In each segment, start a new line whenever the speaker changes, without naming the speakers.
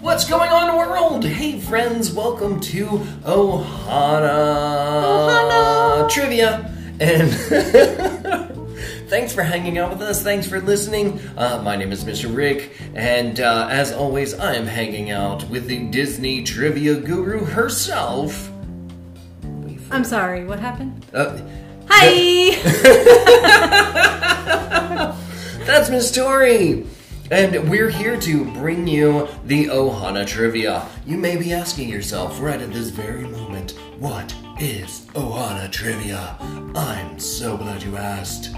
What's going on, world? Hey, friends, welcome to Ohana,
Ohana.
Trivia. And thanks for hanging out with us. Thanks for listening. Uh, my name is Mr. Rick, and uh, as always, I am hanging out with the Disney trivia guru herself.
I'm sorry, what happened?
Uh,
Hi!
That's Miss Tori! And we're here to bring you the Ohana trivia. You may be asking yourself right at this very moment, what is Ohana trivia? I'm so glad you asked.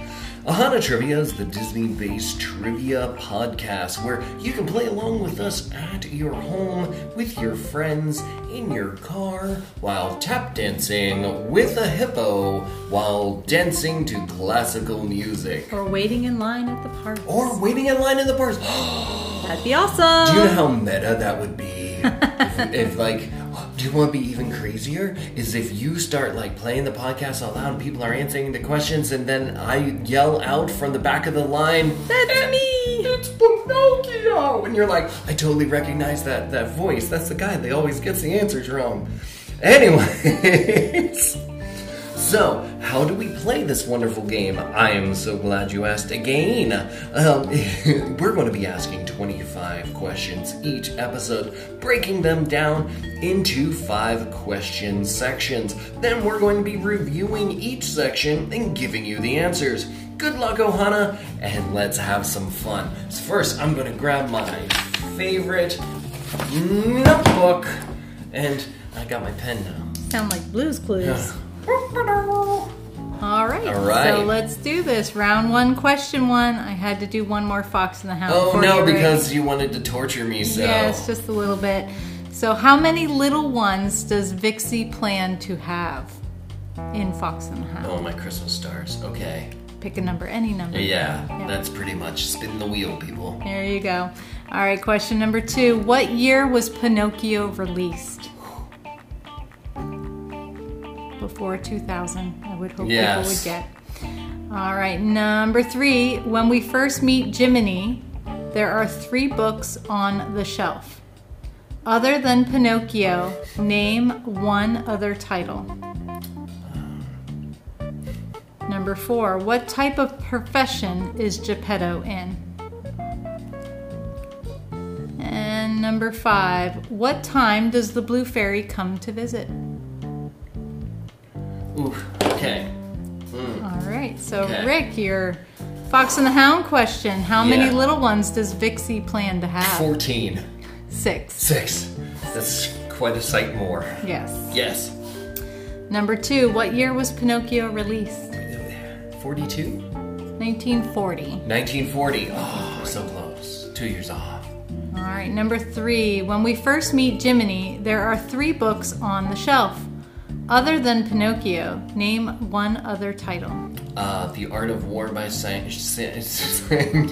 Ohana Trivia is the Disney based trivia podcast where you can play along with us at your home, with your friends, in your car, while tap dancing with a hippo, while dancing to classical music.
Or waiting in line at the park.
Or waiting in line in the bars.
That'd
Oh. Do you
be
know
awesome!
how meta that would be? if, if, like, do you want to be even crazier? Is if you start like playing the podcast out loud and people are answering the questions, and then I yell out from the back of the line, "Eh,
That's me!
"It's Pinocchio!" and you're like, "I totally recognize that that voice. That's the guy that always gets the answers wrong." Anyways. So, how do we play this wonderful game? I am so glad you asked again. Um, we're going to be asking 25 questions each episode, breaking them down into five question sections. Then we're going to be reviewing each section and giving you the answers. Good luck, Ohana, and let's have some fun. So first, I'm going to grab my favorite notebook, and I got my pen now.
Sound like blues clues. Alright,
All right.
so let's do this. Round one, question one. I had to do one more Fox in the Hound.
Oh
for
no,
you, Rick.
because you wanted to torture me, so.
Yes, just a little bit. So, how many little ones does Vixie plan to have in Fox and the Hound?
Oh, my Christmas stars. Okay.
Pick a number, any number.
Oh. Yeah,
Yeah.
that's pretty much spin the wheel, people.
There you go. All right, question number two. What year was Pinocchio released? Before 2000, I would hope people
Yes.
would get. All right, number three. When we first meet Jiminy, there are three books on the shelf. Other than Pinocchio, name one other title. Number four. What type of profession is Geppetto in? And number five, what time does the blue fairy come to visit?
Ooh, okay.
All right, so
Okay.
Rick, your Fox and the Hound question. How
Yeah.
many little ones does Vixie plan to have?
14.
Six.
6. That's quite a sight more.
Yes.
Yes.
Number two, what year was Pinocchio released?
42?
1940.
1940. Oh, so close. Two years off.
All right, number three, when we first meet Jiminy, there are three books on the shelf. Other than Pinocchio, name one other title.
Uh, The Art of War by San. San-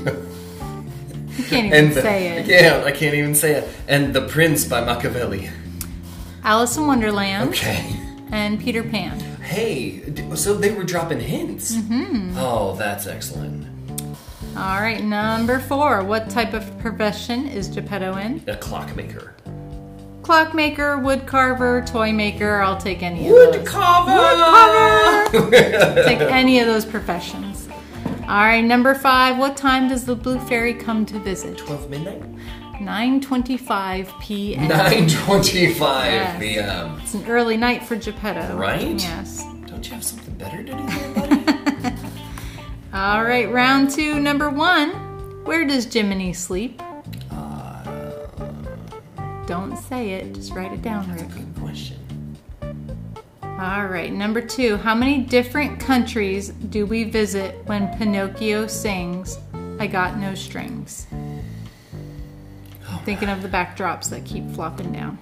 You can't even
and the-
say it.
Yeah, I can't even say it. And The Prince by Machiavelli.
Alice in Wonderland
Okay.
and Peter Pan.
Hey, d- so they were dropping hints. Oh, that's excellent.
All right, number four. What type of profession is Geppetto in?
A clockmaker.
Clockmaker, wood carver, toy maker. I'll take any of those.
cover.
take any of those professions. All right, number five. What time does the blue fairy come to visit?
Twelve midnight.
9:25 p.m.
Nine twenty-five
Yes.
p.m.
It's an early night for Geppetto.
Right?
Yes.
Don't you have something better to do, there, buddy?
All right, round two, number one. Where does Jiminy sleep?
Uh,
Don't say it. Just write it down, Rick.
Good question.
All right, number two. How many different countries do we visit when Pinocchio sings I Got No Strings? Thinking of the backdrops that keep flopping down.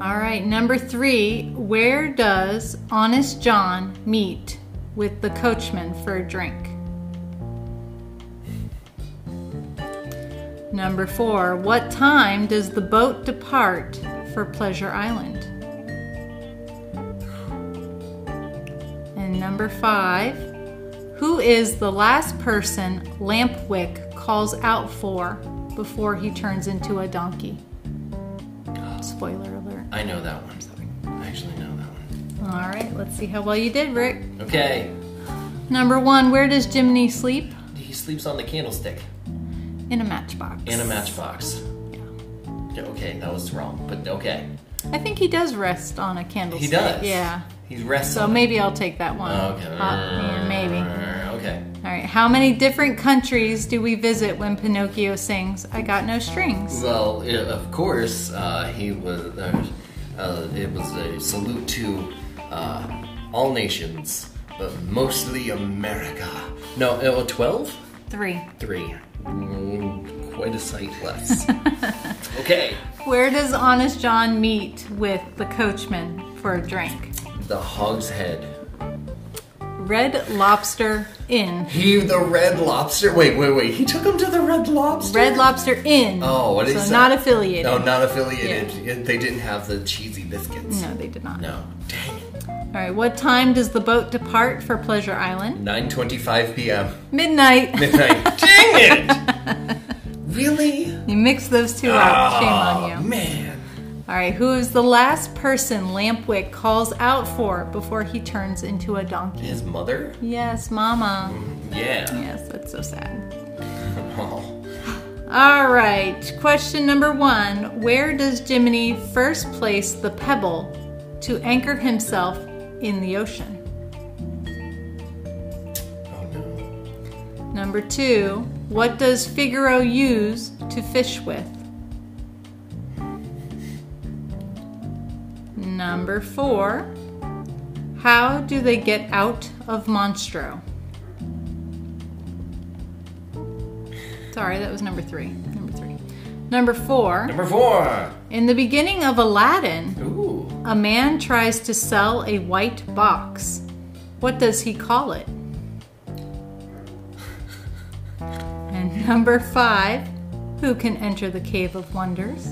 All right, number three. Where does Honest John meet with the coachman for a drink? Number four. What time does the boat depart for Pleasure Island? And number five, who is the last person Lampwick calls out for before he turns into a donkey. Spoiler alert.
I know that one. I actually know that one.
All right, let's see how well you did, Rick.
Okay.
Number one, where does Jiminy sleep?
He sleeps on the candlestick
In a matchbox.
in a matchbox. Yeah, Okay, that was wrong, but okay.
I think he does rest on a candlestick.
He does.
Yeah.
He's resting.
So maybe I'll take that one.
Okay.
Uh, yeah, maybe. All
Okay.
right. How many different countries do we visit when Pinocchio sings "I Got No Strings"?
Well, i- of course, uh, he was. Uh, uh, it was a salute to uh, all nations, but mostly America. No, uh, twelve.
Three.
Three. Mm, quite a sight less. okay.
Where does Honest John meet with the coachman for a drink?
The hog's head.
Red Lobster Inn.
He, the red lobster. Wait, wait, wait. He took him to the red lobster.
Red Lobster Inn.
Oh, what is
so
that?
not affiliated.
No, not affiliated. They didn't have the cheesy biscuits.
No, they did not.
No. Dang it.
All right. What time does the boat depart for Pleasure Island?
9:25 p.m.
Midnight.
Midnight. Dang it! Really?
you mix those two
Ah.
up. Shame on you.
Aw, Man.
All right, who is the last person Lampwick calls out for before he turns into a donkey?
His mother?
Yes, Mama.
Mm-hmm. Yeah.
Yes, that's so sad.
Oh.
All right, question number one Where does Jiminy first place the pebble to anchor himself in the ocean?
Oh, no.
Number two, what does Figaro use to fish with? Number four, how do they get out of Monstro? Sorry, that was number three. Number three. Number four,
Number four.
in the beginning of Aladdin,
Ooh.
a man tries to sell a white box. What does he call it? And number five, who can enter the Cave of Wonders?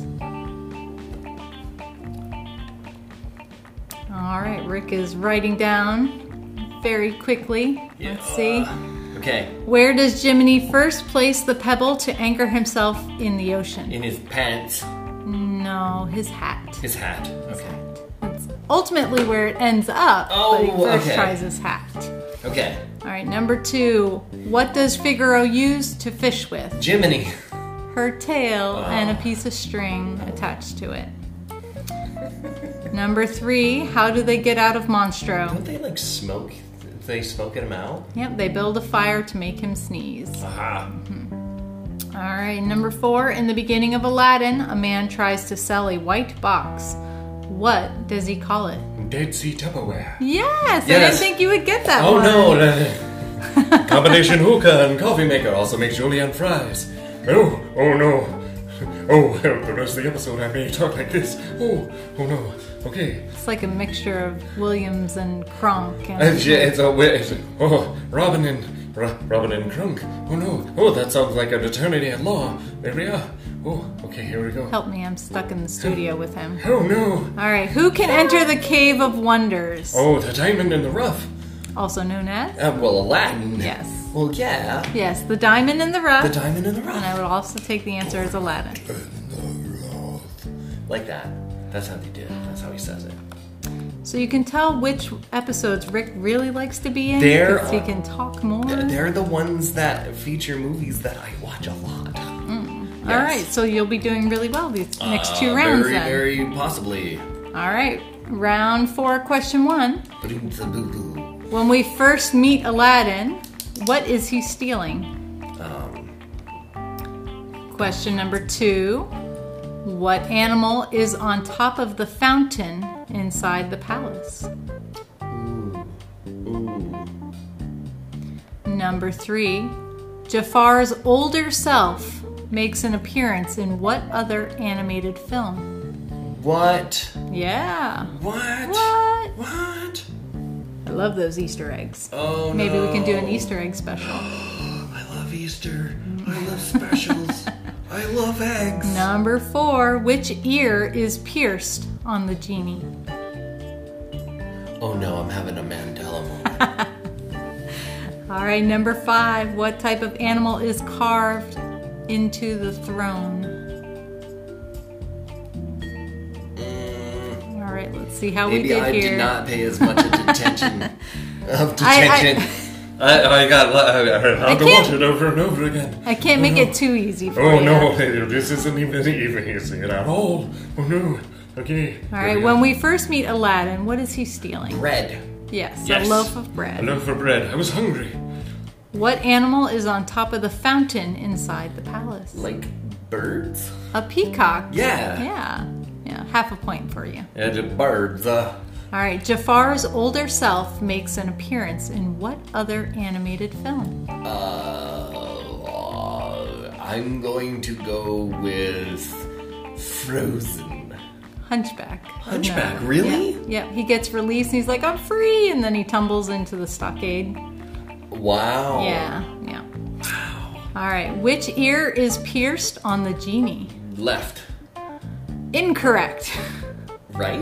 All right, Rick is writing down very quickly. Let's see.
Okay.
Where does Jiminy first place the pebble to anchor himself in the ocean?
In his pants.
No, his hat.
His hat. Okay.
That's ultimately where it ends up. but he
Oh,
first
okay.
tries his hat.
Okay.
All right, number two. What does Figaro use to fish with?
Jiminy.
Her tail and
Ah.
a piece of string attached to it. Number three. How do they get out of Monstro?
Don't they like smoke? They smoking him out?
Yep, they build a fire to make him sneeze.
Aha.
All right, number four. In the beginning of Aladdin, a man tries to sell a white box. What does he call it?
Dead Sea Tupperware.
Yes, I didn't
Yes.
think you would get that
Oh
one.
no! the Combination hookah and coffee maker also makes julienne fries. Oh, oh no. Oh, well, the rest of the episode I may talk like this. Oh, oh no. Okay.
It's like a mixture of Williams and Kronk. And
It's, it's a wi- it's, Oh, Robin and. Ro- Robin and Crunk. Oh no. Oh, that sounds like an eternity at law. There we are. Oh, okay, here we go.
help me, I'm stuck in the studio with him.
Oh no.
All right, who can enter the Cave of Wonders?
Oh, the diamond in the rough.
Also known as?
Uh, well, Aladdin.
Yes.
Well, yeah.
Yes, the diamond in the rough.
The diamond in the rough.
and I would also take the answer as Aladdin.
Like that. That's how they did it. That's how he says it.
So you can tell which episodes Rick really likes to be in
There
because he
are-
can talk more.
They're the ones that feature movies that I watch a lot.
All right, so you'll be doing really well these Mm. next two rounds
Uh, Very,
then.
very possibly.
All right, round four, question one.
Ba-doom-ba-doo-doo.
When we first meet Aladdin, what is he stealing?
Um,
Question number two What animal is on top of the fountain inside the palace? Number three Jafar's older self makes an appearance in what other animated film?
what?
Yeah.
What?
What?
What?
I love those Easter eggs.
Oh
Maybe we can do an
no.
Easter egg special.
I love Easter. I love specials. I love eggs.
Number four, which ear is pierced on the genie?
Oh no, I'm having a Mandela moment.
All right, number five, what type of animal is carved into the throne.
Mm,
All right, let's see how we
maybe
did
I
here.
did not pay as much attention of
I-
detention. I, I, got. I, I
I can't-
over and over again.
I can't make it too easy for
Oh
you.
no, this isn't even even easy. And I'm old. Oh no. Okay.
All right, when we first meet Aladdin, what is he stealing?
Bread.
Yes,
Yes.
a loaf of bread.
A loaf of bread. I was hungry.
What animal is on top of the fountain inside the palace?
Like birds?
A peacock.
Yeah.
Yeah. Yeah, half a point for you.
Yeah, the birds. Uh,
All right, Jafar's older self makes an appearance in what other animated film?
uh, uh, I'm going to go with Frozen.
Hunchback.
Hunchback,
No.
really?
Yeah, he gets released and he's like, I'm free, and then he tumbles into the stockade.
Wow.
Yeah, yeah. All right, which ear is pierced on the genie?
Left.
Incorrect.
Right?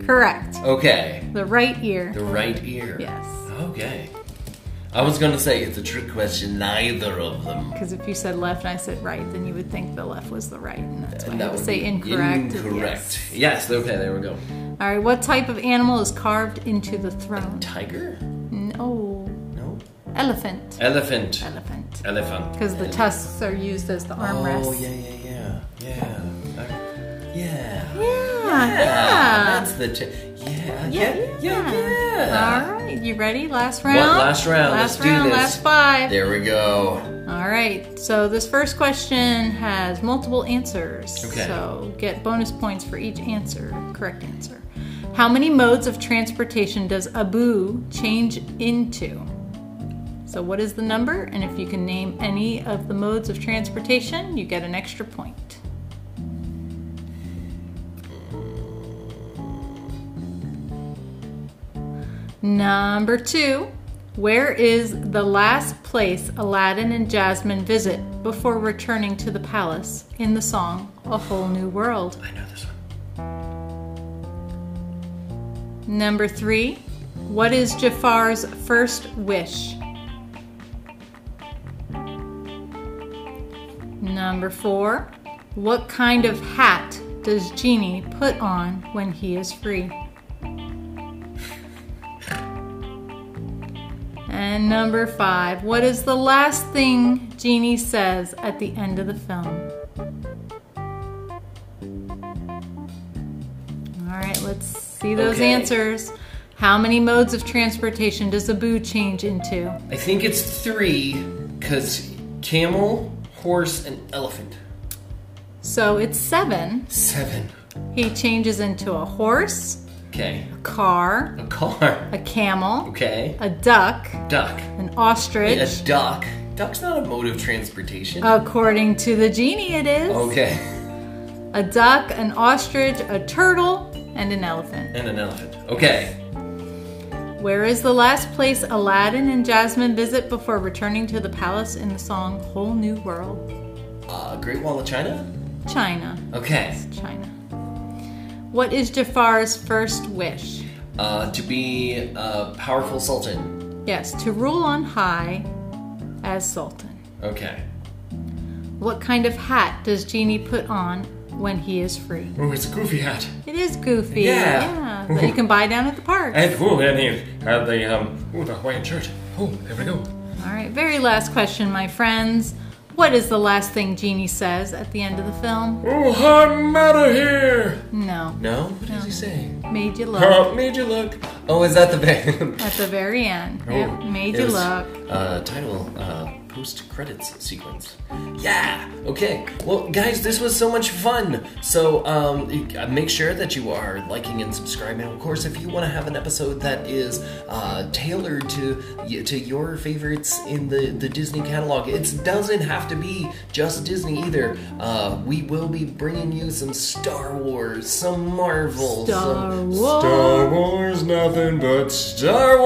Correct.
Okay.
The right ear.
The right ear.
Yes.
Okay. I was gonna say it's a trick question, neither of them.
Because if you said left and I said right, then you would think the left was the right, and that's why
And
I had to
would
say
be
incorrect.
Incorrect.
Yes.
Yes. okay, there we go.
All right, what type of animal is carved into the throne? oh.
Tiger?
No.
No.
Elephant.
Elephant.
Elephant.
Elephant.
Because the tusks are used as the armrests.
Oh, yeah, yeah, yeah. Yeah. I- yeah.
Yeah,
That's
yeah.
the t- yeah,
Yeah,
yeah, yeah, yeah,
All right, you ready? Last round.
What, last round?
Last
Let's do
round.
this.
Last five.
There we go.
All right. So this first question has multiple answers.
Okay.
So get bonus points for each answer, correct answer. How many modes of transportation does Abu change into? So what is the number? And if you can name any of the modes of transportation, you get an extra point. Number two, where is the last place Aladdin and Jasmine visit before returning to the palace in the song A Whole New World?
I know this one.
Number three, what is Jafar's first wish? Number four, what kind of hat does Genie put on when he is free? And number five, what is the last thing Genie says at the end of the film? All right, let's see those
Okay.
answers. How many modes of transportation does Abu change into?
I think it's three, because camel, horse, and elephant.
So it's seven.
Seven.
He changes into a horse,
Okay.
a car,
A car.
a camel,
Okay.
a duck,
Duck.
an
A
ostrich.
duck. Duck's not a mode of
Oh.
transportation.
According to the genie, it is
Oh. Okay.
a duck, an ostrich, a turtle, and an elephant.
And an elephant. Okay.
Where is the last place Aladdin and Jasmine visit before returning to the palace in the song Whole New World?
Uh, Great Wall of China?
China.
Okay.
China. What is Jafar's first wish?
Uh, to be a powerful sultan.
Yes, to rule on high as Sultan.
Okay.
What kind of hat does Genie put on when he is free?
Oh, it's a goofy hat.
It is goofy.
Yeah.
yeah, that you can buy down at the park.
And oh, and he had the um oh the Hawaiian shirt. Oh, there we go.
All right, very last question, my friends. What is the last thing Genie says at the end of the film?
Oh, I'm out of here.
No,
No? What does he say?
made you look
Oh, made you look.
Oh, is that the band?
at the very end.
Oh,
Yep, made
It
you
was,
look.
Uh, title uh, post credits sequence. Yeah. Okay. Well, guys, this was so much fun. So um, you- uh, make sure that you are liking and subscribing. Of course, if you want to have an episode that is uh, tailored to y- to your favorites in the the Disney catalog, it doesn't have to be just Disney either. Uh, we will be bringing you some Star Wars, some Marvel,
Star
some
Wars.
Star Wars, nothing but Star Wars.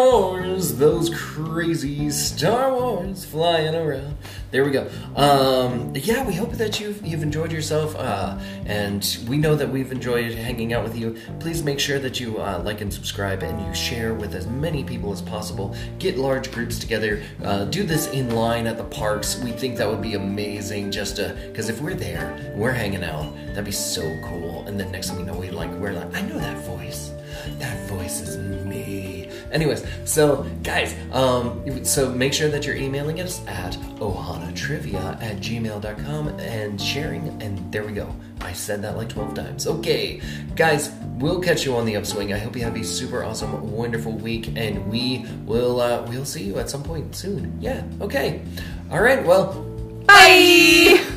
Wars, those crazy Star Wars flying around. There we go. Um, yeah, we hope that you've you've enjoyed yourself, uh, and we know that we've enjoyed hanging out with you. Please make sure that you uh, like and subscribe, and you share with as many people as possible. Get large groups together. Uh, do this in line at the parks. We think that would be amazing, just to because if we're there, we're hanging out. That'd be so cool. And then next thing you know, we like we're like, I know that voice. That voice is me. Anyways, so guys, um, so make sure that you're emailing us at ohanatrivia at gmail.com and sharing. And there we go. I said that like 12 times. Okay, guys, we'll catch you on the upswing. I hope you have a super awesome, wonderful week, and we will uh, we'll see you at some point soon. Yeah. Okay. All right. Well.
Bye.